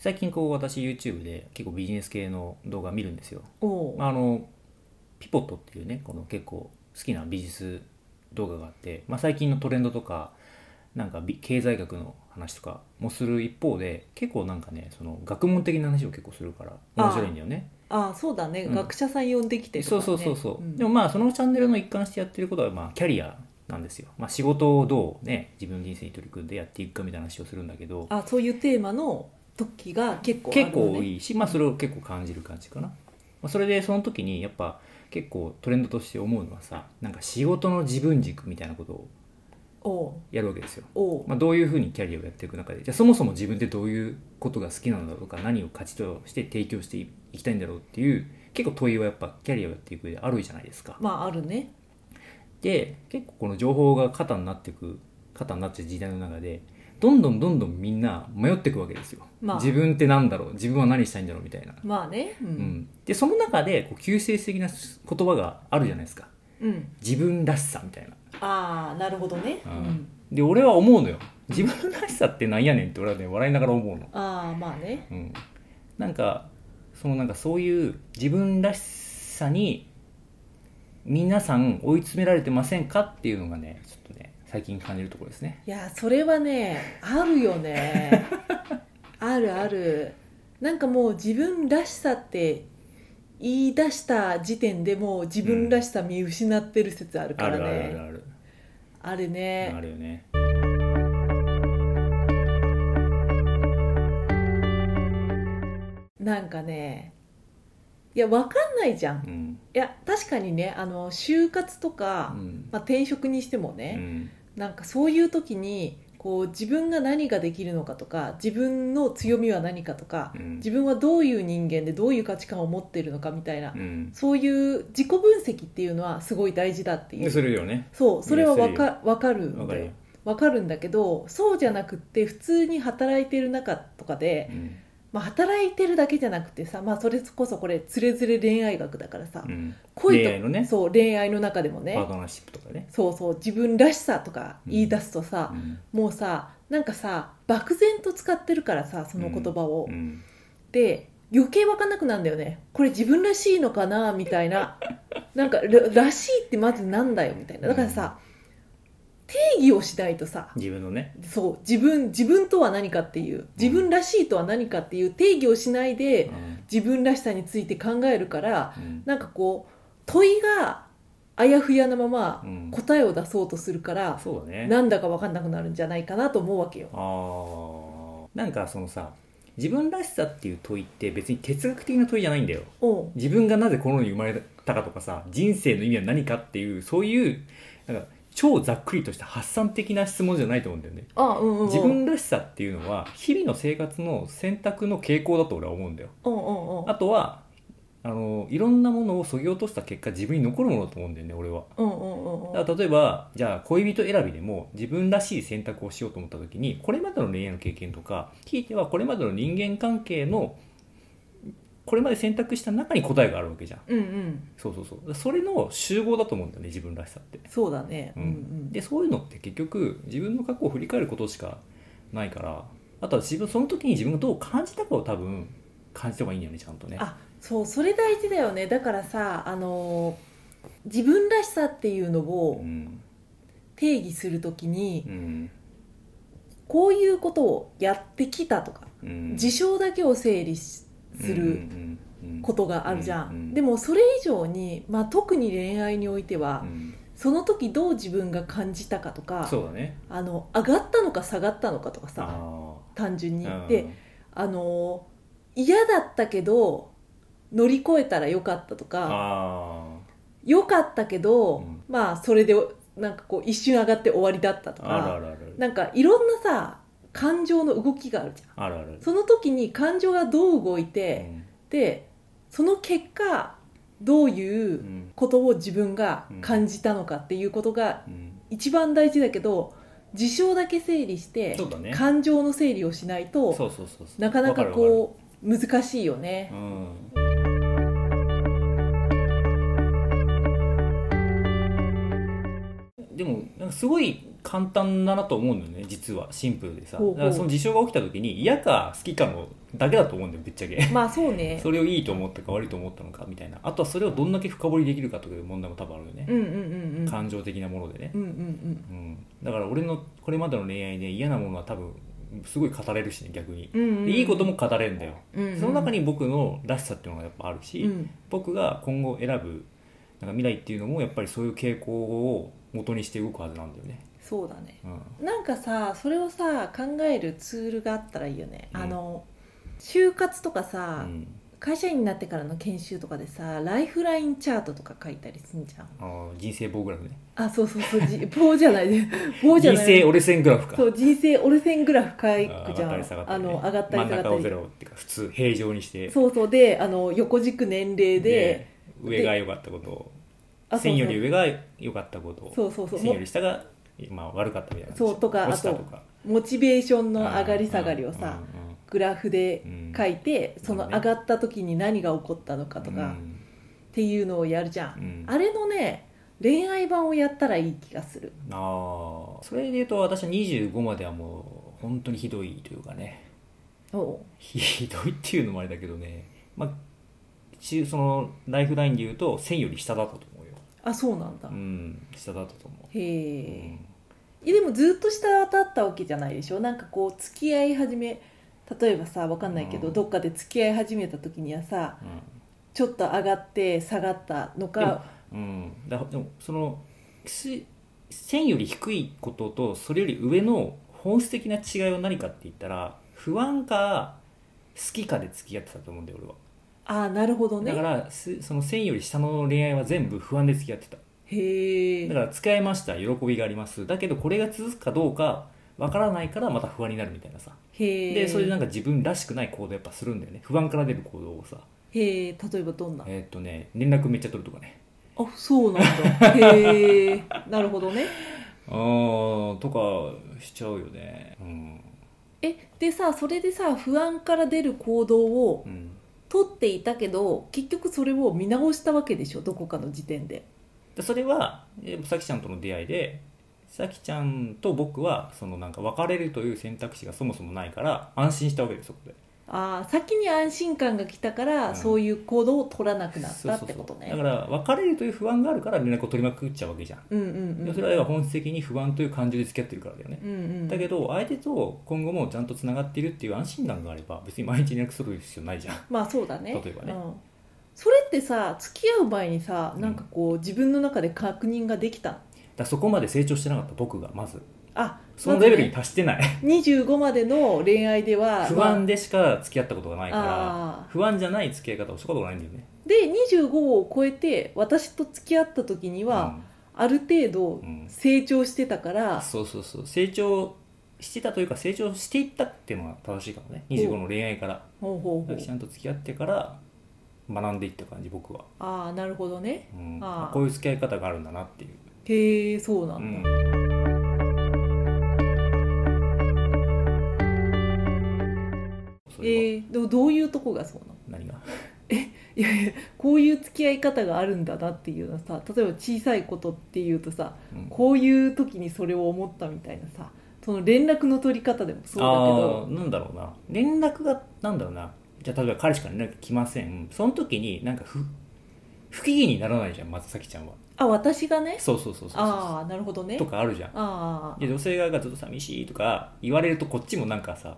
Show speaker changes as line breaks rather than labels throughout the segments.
私 YouTube で結構ビジネス系の動画見るんですよ
おお
あのピポットっていうねこの結構好きなビジネス動画があって、まあ、最近のトレンドとかなんかび経済学の話とかもする一方で結構なんかねその学問的な話を結構するから面白いんだよね
ああそうだね、
うん
学者さん呼んできてとか
そ
ね
うそうそうそう、
ん
でもまあそのチャンネルの一貫してやってることはまあキャリアなんですよ、まあ、仕事をどうね自分の人生に取り組んでやっていくかみたいな話をするんだけど
あそういうテーマの時が結構あるの
結構
ね
多いし、まあ、それを結構感じる感じかな、まあ、それでその時にやっぱ結構トレンドとして思うのはさなんか仕事の自分軸みたいなことを
おう
やるわけですよ、
おう
まあ、どういうふうにキャリアをやっていく中でじゃあそもそも自分ってどういうことが好きなのだとか何を価値として提供していきたいんだろうっていう結構問いはやっぱキャリアをやっていく上であるじゃないですか
まああるね
で結構この情報が肩になっていく肩になっていく時代の中でどんどんどんどんみんな迷っていくわけですよ、
まあ
自分ってなんだろう自分は何したいんだろうみたいな
まあねう、
うんん、でその中でこう救世主的な言葉があるじゃないですか
うん、
自分らしさみたいな、
ああなるほどね、うん
で俺は思うのよ自分らしさってなんやねんって俺はね笑いながら思うの、
ああまあね
うん、なんかそのなんかそういう自分らしさに皆さん追い詰められてませんかっていうのがねちょっとね最近感じるところですね
いやそれはねあるよ ねあるあるなんかもう自分らしさって言い出した時点でもう自分らしさ見失ってる説あるか
あ
ら
る
ね、
あるあるある
あるね
あるよね
なんかねいやわかんないじゃん、
う
い
ん
や確かにねあの就活と
う
か、
ん
まあ、転職にしても
う
ね、
ん
なんかそういう時にこう自分が何ができるのかとか自分の強みは何かとか、
うん
自分はどういう人間でどういう価値観を持っているのかみたいな、
うん
そういう自己分析っていうのはすごい大事だってい
で
う
するよね
そうそれはわかわかるん
わ
だよ
かるよ、
わかるんだけどそうじゃなくって普通に働いてる中とかで、
うん
まあ、働いてるだけじゃなくてさ、まあ、それこそこれつれづれ恋愛学だからさ、
うん、恋
恋と
愛のね
そう恋愛の中でもね
パートナーシップとかね、
そうそう自分らしさとか言い出すとさ、
うん
もうさなんかさ漠然と使ってるからさその言葉を、
うん
で余計分かんなくなるんだよねこれ自分らしいのかなみたい ななんかららしいってまずなんだよみたいなだからさ、定義をしないとさ
自分のね
そう自分自分とは何かっていう自分らしいとは何かっていう定義をしないで、
う
自分らしさについて考えるから
ん
なんかこう問いがあやふやなまま
うん
答えを出そうとするから、
そうだね
なんだか分かんなくなるんじゃないかなと思うわけよ。
あーなんかそのさ自分らしさっていう問いって別に哲学的な問いじゃないんだよ
おう
自分がなぜこの世に生まれたかとかさ人生の意味は何かっていうそういうなんか超ざっくりとした発散的な質問じゃないと思うんだよね
あうんうんうん
自分らしさっていうのは日々の生活の選択の傾向だと俺は思うんだよ
うんうんうん
あとはあのいろんなものをそぎ落とした結果自分に残るものだと思うんだよね俺は
うんうんうんうん
だから例えばじゃあ恋人選びでも自分らしい選択をしようと思った時にこれまでの恋愛の経験とかひいてはこれまでの人間関係のこれまで選択した中に答えがあるわけじゃん
うんうん
そうそうそうそれの集合だと思うんだよね自分らしさって、
そうだね
う
うんん
でそういうのって結局自分の過去を振り返ることしかないからあとは自分その時に自分がどう感じたかを多分感じた方がいいんだよねちゃんとね
あそうそれ大事だよねだからさあのー自分らしさっていうの
う
を
ん
定義するときに
うん
こういうことをやってきたとか
うん
事象だけを整理しす
うん
る
うんうん
ことがあるじゃ
うんうん
んでもそれ以上に、まあ、特に恋愛においては
うん
その時どう自分が感じたかとか
そうだね
あの上がったのか下がったのかとかさ
あ
単純に
ー
であの嫌だったけど乗り越えたらよかったとか
あ
良かったけど、
うん
まあそれでなんかこう一瞬上がって終わりだったと
ああるあ
か
るある
なんかいろんなさ感情の動きがあるじゃ
あるある
んその時に感情がどう動いうて、
ん
でその結果どういううんことを自分が感じたのかっていうことが
うん
一番大事だけど事象だけ整理して
そうだね
感情の整理をしないと
そうそうそうそう
なかなか
わるわる
こう難しいよね、
うんでもなんかすごい簡単だなと思うんだよね実はシンプルでさ
ほうほう
だからその事象が起きた時に嫌か好きかのだけだと思うんだよぶっちゃけ
まあそうね
それをいいと思ったか悪いと思ったのかみたいなあとはそれをどんだけ深掘りできるかという問題も多分あるよね
う、んうんうんうん
感情的なものでね
う、んうんう
う
ん
ん、だから俺のこれまでの恋愛で嫌なものは多分すごい語れるしね逆に、
うんうん
でいいことも語れるんだよ、
うんうん
その中に僕のらしさっていうのがやっぱあるし、
うん
僕が今後選ぶなんか未来っていうのもやっぱりそういう傾向を元にして動くはずなんだよね、
そうだね
うん、
なんかさそれをさ考えるツールがあったらいいよね、
うん
あの就活とか
う
さ、
ん、
会社員になってからの研修とかでさライフラインチャートとか書いたりすんじゃん
あの人生棒グラフね
あそうそうそうじ棒じゃな いで棒じゃ
人
ない
生折れ線グラフか
そう人生折れ線グラフ書
あ
い
ー
くじゃん
上がったり下がった
あ
りね、
の上がったり下
真ん
が
中を
っ
ゼ
た
ロ
り
っていうか普通平常にして
そうそうであの横軸年齢で
上が良かったことを
あそう
線より
そ
上が良かったことを
うそうそうそう
線よ
も
り下が、まあ、悪かったみたいな
そうとか
落ちたとか
モチベーションの上がり下がりをさ、
う
グラフで
んうんうんうん
書いて、
うん
その上がった時に何が起こったのかとか、っていうのをやるじゃ、
うんんうん
あれのね恋愛版をやったらいい気がする
あーそれで言うと私は25まではもう本当にひどいというかね
おう
ひどいっていうのもあれだけどねまあ中そのライフラインで言うと1000より下だったと思うよ
あそうなんだ、
うん下だったと思
へ
う、
え、
うん
いやでもずっと下だったわけじゃないでしょなんかこう付き合い始め例えばさわかんないけど、
うん
どっかで付き合い始めた時にはさ
うん
ちょっと上がって下がったの
でも
か
うん、だでもそのし線より低いこととそれより上の本質的な違いは何かって言ったら不安か好きかで付き合ってたと思うんだよ俺は
ああなるほど
だか
ね
らすその線より下の恋愛は全部不安で付き合ってた
へ
だ
え
から使えました喜びがありますだけどこれが続くかどうかわからないからまた不安になるみたいなさ
へえ
でそれでなんか自分らしくない行動やっぱするんだよね不安から出る行動をさ
へえ例えばどんな
えーっとね連絡めっちゃ取るとかね
あそうなんだへえなるほどね
あーとかしちゃうよねうん
えでさそれでさ不安から出る行動を
うん
取っていたけど結局それを見直したわけでしょどこかの時点で
でそれはえーさきちゃんとの出会いでさきちゃんと僕はそのなんか別れるという選択肢がそもそもないから安心したわけですそこで
ああ先に安心感が来たから、
うん
そういう行動を取らなくなったってことね
そうそうそうだから別れるという不安があるから連絡を取りまくっちゃうわけじゃん、
うんうんう
で
ん
もそれは本質的に不安という感情で付き合ってるからだよね、
うんうん
だけど相手と今後もちゃんとつながっているっていう安心感があれば別に毎日連絡する必要ないじゃん
まあそうだね
例えばね
うん、それってさ付き合う前にさなんかこう自分の中で確認ができたの
だからそこまで成長してなかった僕がまず
あ
そのレベルに達してない、
25までの恋愛では
不安でしか付き合ったことがないから
あ
不安じゃない付き合い方をしたことがないんだよね
ーで25を超えて私と付き合った時には、ある程度
うん
成長してたか
うん
ら、
そうそうそう成長してたというか成長していったっていうのが正しいかもね25の恋愛から
ほうほうほ
さ
う
きちゃんと付き合ってから学んでいった感じ僕は、
ああなるほどね
うん
あー
こういう付き合い方があるんだなっていう、
へえそうな
うん
だ、
ん、それは
えーでもどういうとこがそうなの
何が
いやいやこういう付き合い方があるんだなっていうのはさ例えば小さいことっていうとさ
うん
こういう時にそれを思ったみたいなさその連絡の取り方でもそうだけ
あ
ど
あーなんだろうな連絡がなんだろうなじゃあ例えば彼氏から連絡来ませんその時になんか不不機嫌にならないじゃんまずさきちゃんは
あ私がね
そうそうそうそうそ
ああなるほど
う
ね
とかあるじゃん
ああ
で女性側がずっと寂しいとか言われるとこっちもなんかさ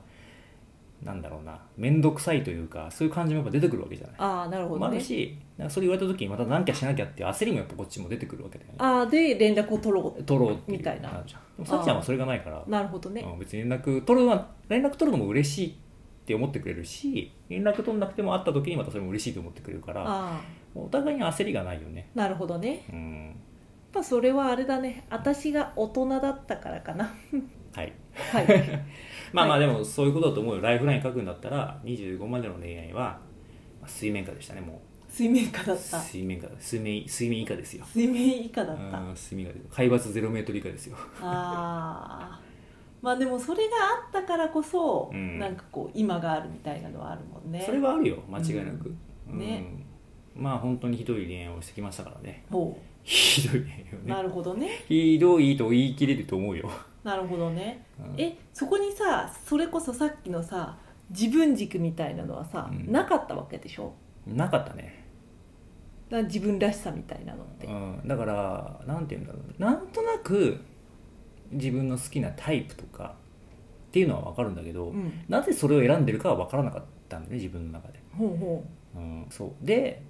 なんだろうな面倒くさいというかそういう感じもやっぱ出てくるわけじゃない
ああなるほ
も
ど
ある
ね
しなんかそれ言われた時にまた何かしなきゃっていう焦りもやっぱこっちも出てくるわけだよね
ああで連絡を取ろう
取ろうっていう
みたいな
るじゃんでもさきちゃんはそれがないから
なるほどね
うん、別に連絡取るのは連絡取るのも嬉しいって思ってくれるし連絡取んなくても会った時にまたそれも嬉しいと思ってくれるから
ああ
お互いに焦りがないよね
なるほどね
うん
やっぱそれはあれだね私が大人だったからかな
はい
はい
まあまあでもそういうことだと思うよライフライン書くんだったら25までの恋愛はまあ水面下でしたねも
水面下だ
う
った
水面下水面水面以下ですよ
水面以下だ
う
った
ん水面下です海抜0メートル以下ですよ
あーまあでもそれがあったからこそ、
うん
なんかこう今があるみたいなのはあるもんね
それはあるよ間違いなく、
うんね
うんまあ本当にひどい恋愛をしてきましたからね
ほ
ひどい恋愛を
う
ね
なるほどね
ひどいと言い切れると思うよ、
なるほどね
うん
えそこにさそれこそさっきのさ自分軸みたいなのはさ、
うん
なかったわけでしょ
なかったね
だから自分らしさみたいなのって、
うん、だからなんて言うんだろうなんとなく自分の好きなタイプとかっていうのは分かるんだけど、
うん、
なぜそれを選んでるかは分からなかったんだよね自分の中で、
ほうほ
うん、そうで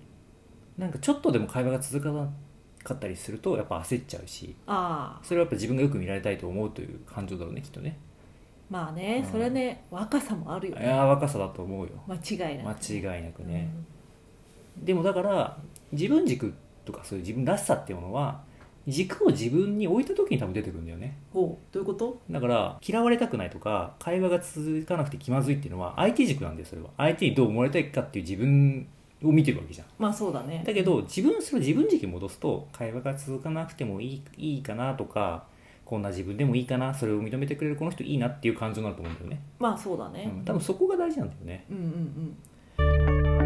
なんかちょっとでも会話が続かなかったりするとやっぱ焦っちゃうし
うああ
それはやっぱ自分がよく見られたいと思うという感情だろうねきっとね
まあね、
うん
それはね若さもある
い
よね
やー若さだと思うよ
間違いない
間違いなく
い
ね、でもだから自分軸とかそういう自分らしさっていうものは軸を自分に置いた時に多分出てくるんだよね
ほうどういうこと
だから嫌われたくないとか会話が続かなくて気まずいっていうのは相手軸なんだよそれは相手にどう思われたいかっていう自分を見てるわけじゃん
まあそうだね
だけど自分それを自分軸に戻すと会話が続かなくてもいいいいかなとかこんな自分でもいいかなそれを認めてくれるこの人いいなっていう感情になると思うんだよね、
まあそうだ
う
ね、
ん、多分そこが大事なんだよね
うんうんうん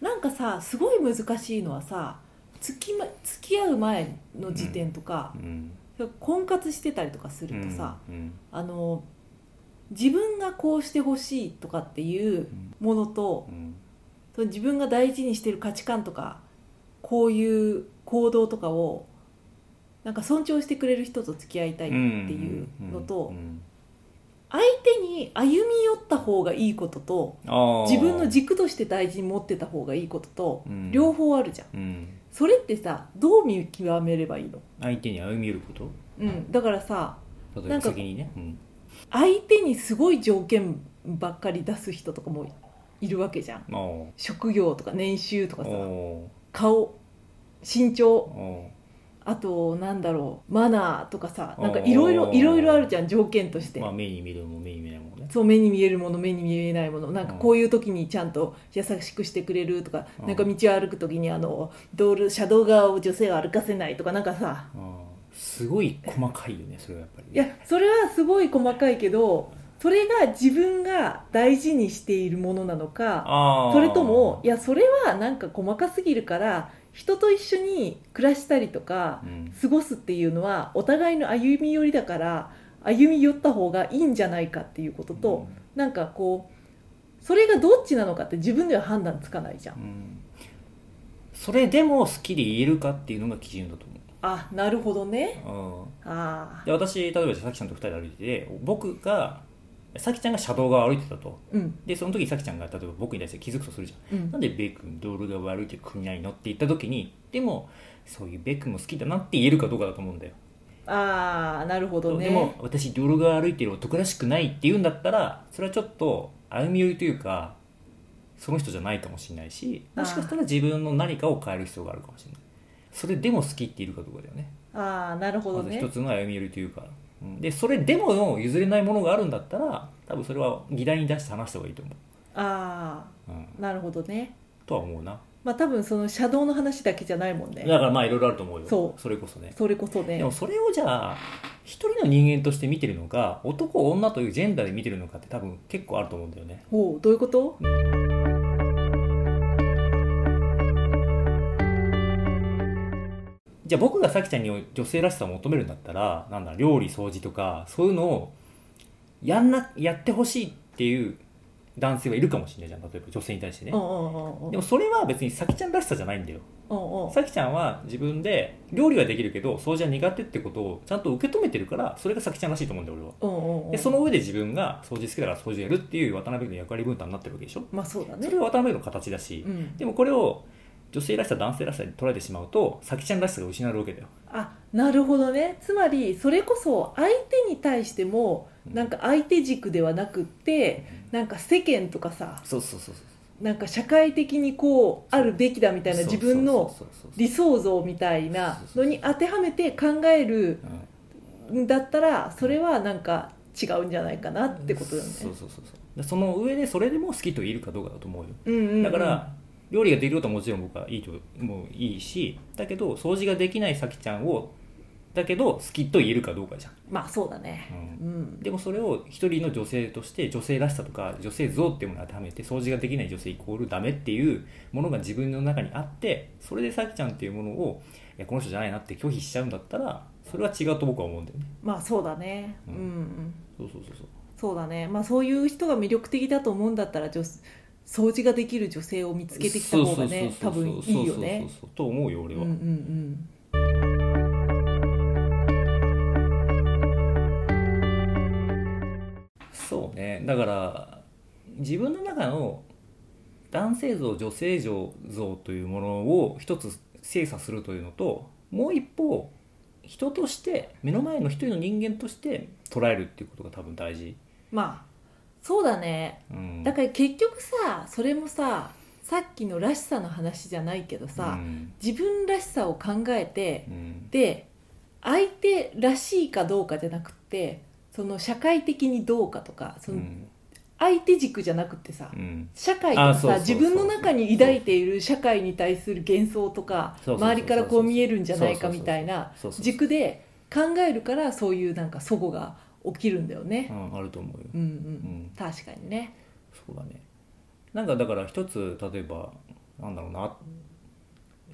なんかさすごい難しいのはさ付き,、ま、付き合う前の時点とか
う、ん
婚活してたりとかするとさ、
うん
あの自分がこうしてほしいとかっていうものと
うんうん
その自分が大事にしてる価値観とかこういう行動とかをなんか尊重してくれる人と付き合いたいっていうのと、
うんうん
相手に歩み寄った方がいいことと
あー
自分の軸として大事に持ってた方がいいことと
うん
両方あるじゃん
うん
それってさどう見極めればいいの、
相手に歩み寄るこ
うん、だからさ
と例
な
え
ん
ば
か
先にねうん
相手にすごい条件ばっかり出す人とかもいるわけじゃん
あー
職業とか年収とかさ
お
顔身
ー
長
お
あとなんだろうマナーとかさなんか
おー
いろいろいろいろあるじゃん条件として
ー、まあ、目に見るも目に見ないもね
そう目に見えるもの目に見えないものなんか
うん
こういう時にちゃんと優しくしてくれるとか、
うん
なんか道を歩く時にあの道路車道側を女性は歩かせないとかなんかさ
あーすごい細かいよねそれはやっぱりね、
いやそれはすごい細かいけどそれが自分が大事にしているものなのか
あー
それともいやそれはなんか細かすぎるから人と一緒に暮らしたりとか
うん
過ごすっていうのはお互いの歩み寄りだから歩み寄った方がいいんじゃないかっていうことと。なんかこうそれがどっちなのかって自分では判断つかないじゃん
うん、うんそれでも好きで言えるかっていうのが基準だと
あなるほどね
思う、うん、
ああ
で私例えばさきちゃんと2人で歩いてて僕がさきちゃんが車道側を歩いてたと
うん
でその時さきちゃんが例えば僕に対して気づくとするじゃん
うん
なんでベイ君道路が悪いって組ないのって言った時にでもそういうベイ君も好きだなって言えるかどうかだと思うんだよ、
ああなるほどね
でも私道路が歩いてる男らしくないって言うんだったらそれはちょっと歩み寄りというかその人じゃないかもしれないしもしかしたら自分の何かを変える必要があるかもしれないそれでも好きって言えるかどうかだよね
ああなるほど
まず一
ね
つの歩み寄りというか、うんでそれでも譲れないものがあるんだったら多分それは議題に出して話した方がいいと思
あ
う、うん、
あなるほどね
とは思うな
まあ多分その車道の話だけじゃないもんね
だからまあいろいろあると思うよ
そう
それこそね
それこそね
でもそれをじゃあ一人の人間として見てるのか男女というジェンダーで見てるのかって多分結構あると思うんだよね
ほうどういうこと
じゃあ僕がさきちゃんに女性らしさを求めるんだったらなんだ料理掃除とかそういうのをやんなやってほしいっていう男性はいるかもしれないじゃん例えば女性に対してね
うんうんうんうん
でもそれは別にさきちゃんらしさじゃないんだよ
うんうん
さきちゃんは自分で料理はできるけど掃除は苦手ってことをちゃんと受け止めてるからそれがさきちゃんらしいと思うんだよ俺は
うんうんうん
でその上で自分が掃除好きだから掃除やるっていう渡辺の役割分担になってるわけでしょ
まあそうだ
そ
ね
れは渡辺の形だし、
うん
でもこれを女性らしさ男性らしさに捉えてしまうと咲ちゃんらしさが失われるわけだよ
あなるほどねつまりそれこそ相手に対してもなんか相手軸ではなくってなんか世間とかさ
そうそうそうそう
なんか社会的にこうあるべきだみたい
そ
な
う
自分の
そうそうそう
理想像みたいなのに当てはめて考える
そううん
んだったらそれはなんか違うんじゃないかなってことだよね。
そうそうそうそうでその上でそれでも好きと言えるかどうかだと思うよ
うんうんうん
だから、料理ができることはもちろん僕はいいともういいしだけど掃除ができない咲ちゃんをだけど好きと言えるかどうかじゃん、
まあそうだ
う
ね
ん
うん
でもそれを一人の女性として女性らしさとか女性像っていうものを当てはめて掃除ができない女性イコールダメっていうものが自分の中にあってそれでさきちゃんっていうものをいやこの人じゃないなって拒否しちゃうんだったらそれは違うと僕は思うんだよね
まあそうだねう、
うんん
うん、
そうそうそうそう
そうだねまあそういう人が魅力的だと思うんだったら女掃除ができる女性を見つけてきた方がね
そ
多
うそう
分
そうそう
いいよ
そ
ね
うそうそうと思うよ俺
うん
は、
うんうん
そうねだから自分の中の男性像女性像というものを一つ精査するというのともう一方人として目の前の一人の人間として捉えるっていうことが多分大事、
まあそうだね
うん、
だから結局さそれもささっきのらしさの話じゃないけどさ、
うん
自分らしさを考えて
うん
で相手らしいかどうかじゃなくってその社会的にどうかとかそうの
ん
相手軸じゃなくってさ、
うん
社会とか
あそう
さ
そうそう
自分の中に抱いている社会に対する幻想とか
そうそうそうそう
周りからこう見えるんじゃないかみたいな
そうそう
軸で考えるからそういうなんか齟齬が起きるんだよ
う
ね。
ん、あると思うよ、
うんう
うんん、
確かにね。
そうだねなんかだから一つ例えばなんだろうな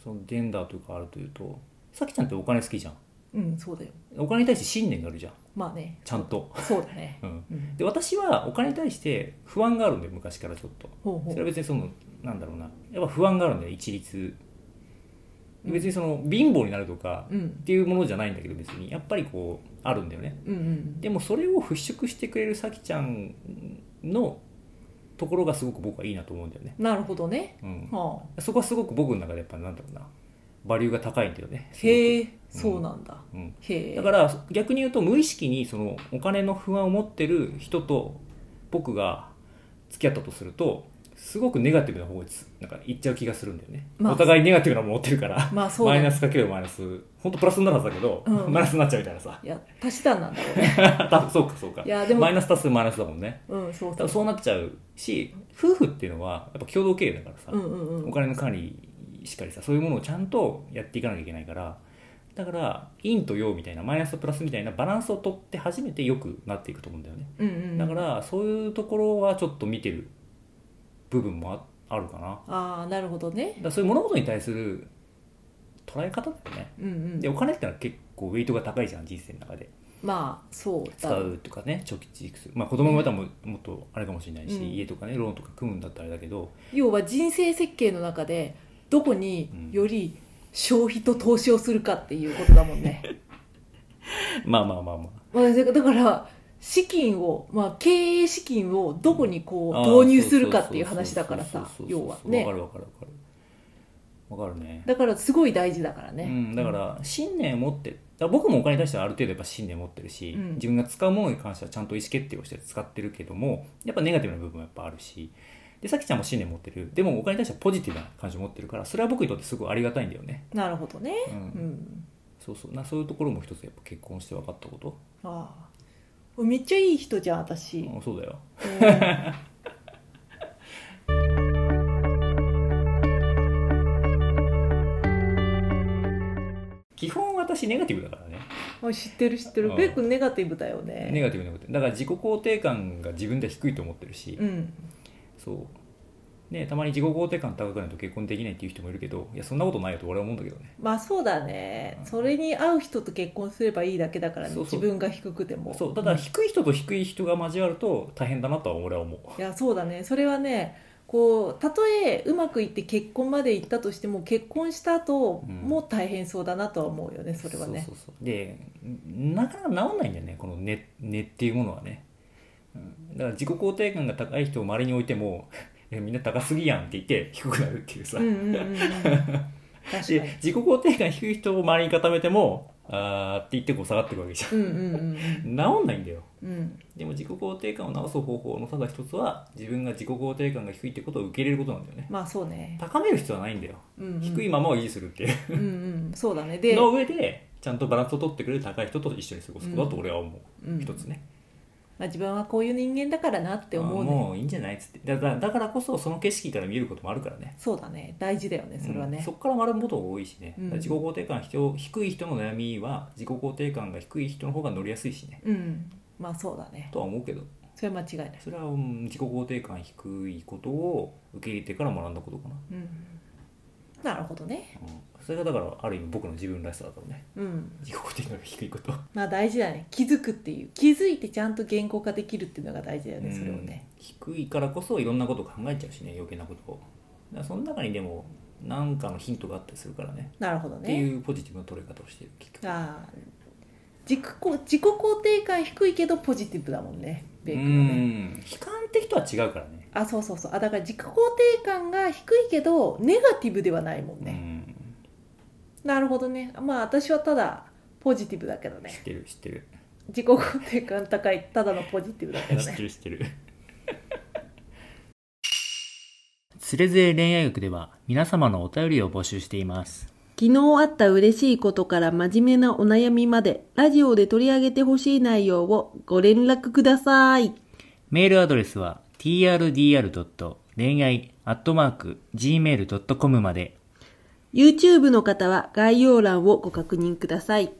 そのジェンダーというかあるというとさきちゃんってお金好きじゃん
うんそうだよ。
お金に対して信念があるじゃん
まあね。
ちゃんと、
そうだね。
うん、
うん、
で私はお金に対して不安があるんだよ昔からちょっと
ほう
そ
ほ
れ
う
は別にそのなんだろうなやっぱ不安があるんだよ一律別にその貧乏になるとか
うん
っていうものじゃないんだけど別にやっぱりこうあるんだよね
うんうん。
でもそれを払拭してくれるさきちゃんのところがすごく僕はいいなと思うんだよね、
なるほどね。
うん、
はあ。
そこはすごく僕の中でやっぱなんだろうなバリューが高いんだよねすごく
へえ、そうなんだ。
うん、
へえ。
だから逆に言うと無意識にそのお金の不安を持ってる人と僕が付き合ったとするとすごくネガティブな方につなんか行っちゃう気がするんだよね、
まあ
お互いネガティブなもの持ってるから、
まあそうだ
マイ
ね
ナスかけるマイナス本当プラスになるはずだけど、
うん
マイナスになっちゃうみたいなさ
いや、足したんなんだろうね。
多分そうかそうか
いやでも
マイナス足すマイナスだもんね
うん、そ
多
うそ
分
う。
そうなっちゃうし夫婦っていうのはやっぱ共同経営だからさ、
うんうんう
お
ん。
金の管理しっかりさそういうものをちゃんとやっていかなきゃいけないからだから陰と陽みたいなマイナスとプラスみたいなバランスをとって初めて良くなっていくと思うんだよね
うんうんうん。
だからそういうところはちょっと見てる部分もああるかなだか
ああ、なるほどね。
らそういう物事に対する捉え方だよね
うんうん
で。お金ってのは結構ウェイトが高いじゃん人生の中で
まあそう
使
だ
うとかね貯金するまあ子供がいたらももっとあれかもしれないし、
うん
家とかねローンとか組むんだったらあれだけど
要は人生設計の中でどこにより消費と投資をするかっていうことだもんね、
まあまあまあまあ
まあ、だから資金を、まあ、経営資金をどこにこ
あ
う
ー
導入するかっていう話だから
そう
さ
そうそうそう
要は
わか
ね
るわかるわかるわかるね
だからすごい大事だからね、
うん、だから信念を持ってだから僕もお金に対してはある程度やっぱ信念を持ってるし、
うん
自分が使うものに関してはちゃんと意思決定をして使ってるけどもやっぱネガティブな部分もやっぱあるしでさきちゃんも信念持ってるでもお金に対してはポジティブな感じを持ってるからそれは僕にとってすごいありがたいんだよね、
なるほどね、
うん
うん、
そうそうなそういうところも一つやっぱ結婚して分かったこと、
ああめっちゃいい人じゃん私、
うんそうだよ基本私ネガティブだからね
うん知ってる知ってる
うん
ベックネガティブだよね
ネガティブなことだから自己肯定感が自分では低いと思ってるし、
うん
そうねたまに自己肯定感高くないと結婚できないっていう人もいるけどいやそんなことないよと俺は思うんだけどね
まあそうだねそれに合う人と結婚すればいいだけだからね
そうそう
自分が低くても
そうただ低い人と低い人が交わると大変だなとは俺は思う
いやそうだねそれはねこうたとえうまくいって結婚まで行ったとしても結婚した後
うん
も大変そうだなとは思うよねそれはね
そうそうそうでなかなか治んないんだよねこの根根っていうものはね、うん、だから自己肯定感が高い人を周りに置いても いやみんな高すぎやんって言って低くなるっていうさ、
うんうんうんうん確かに
で自己肯定感低い人を周りに固めてもあーって言ってこう下がっていくわけじゃん
うんうん
治んないんだよ
うんうん
でも自己肯定感を直す方法のただ一つは自分が自己肯定感が低いってことを受け入れることなんだよね
まあそうね
高める必要はないんだよ、
うんうん
低いままを維持するっていう
うんうんそうだね で
の上でちゃんとバランスを取ってくれる高い人と一緒に過ごすことだと俺は思う、
うん
一つね
まあ、自分はこういう人間だからなって思うね
もういいんじゃないっつってだだだからこそその景色から見えることもあるからね
そうだね大事だよねそれはね、
うんそこから学ぶことが多いしね、
うん
自己肯定感人低い人の悩みは自己肯定感が低い人の方が乗りやすいしね
うんまあそうだね
とは思うけど
それは間違いない、
それはうん自己肯定感低いことを受け入れてから学んだことかな、
うん、なるほどね
うん、それがだからある意味僕の自分らしさだったのね
うん
自己肯定感が低いこと
まあ大事だね気づくっていう気づいてちゃんと言語化できるっていうのが大事だよ ねそれをね
うん低いからこそいろんなことを考えちゃうしね余計なことをだからその中にでも何かのヒントがあったりするからね
なるほど
って
ね
いうポジティブな取り方をしている結局
あー自己肯自己肯定感低いけどポジティブだもんねベイ
う
クはね
ん悲観的とは違うからね
あそうそうそうあだから自己肯定感が低いけどネガティブではないもんね、なるほどねまあ私はただポジティブだけど
うん、知
ね
ってる知ってる、
自己肯定感高いただのポジティブだけ ど
知っ
ね
てる知ってるつれづれ恋愛学では皆様のお便りを募集しています
昨日あった嬉しいことから真面目なお悩みまで、ラジオで取り上げてほしい内容をご連絡ください。
メールアドレスは trdr. 恋愛 .gmail.com まで
YouTube の方は概要欄をご確認ください。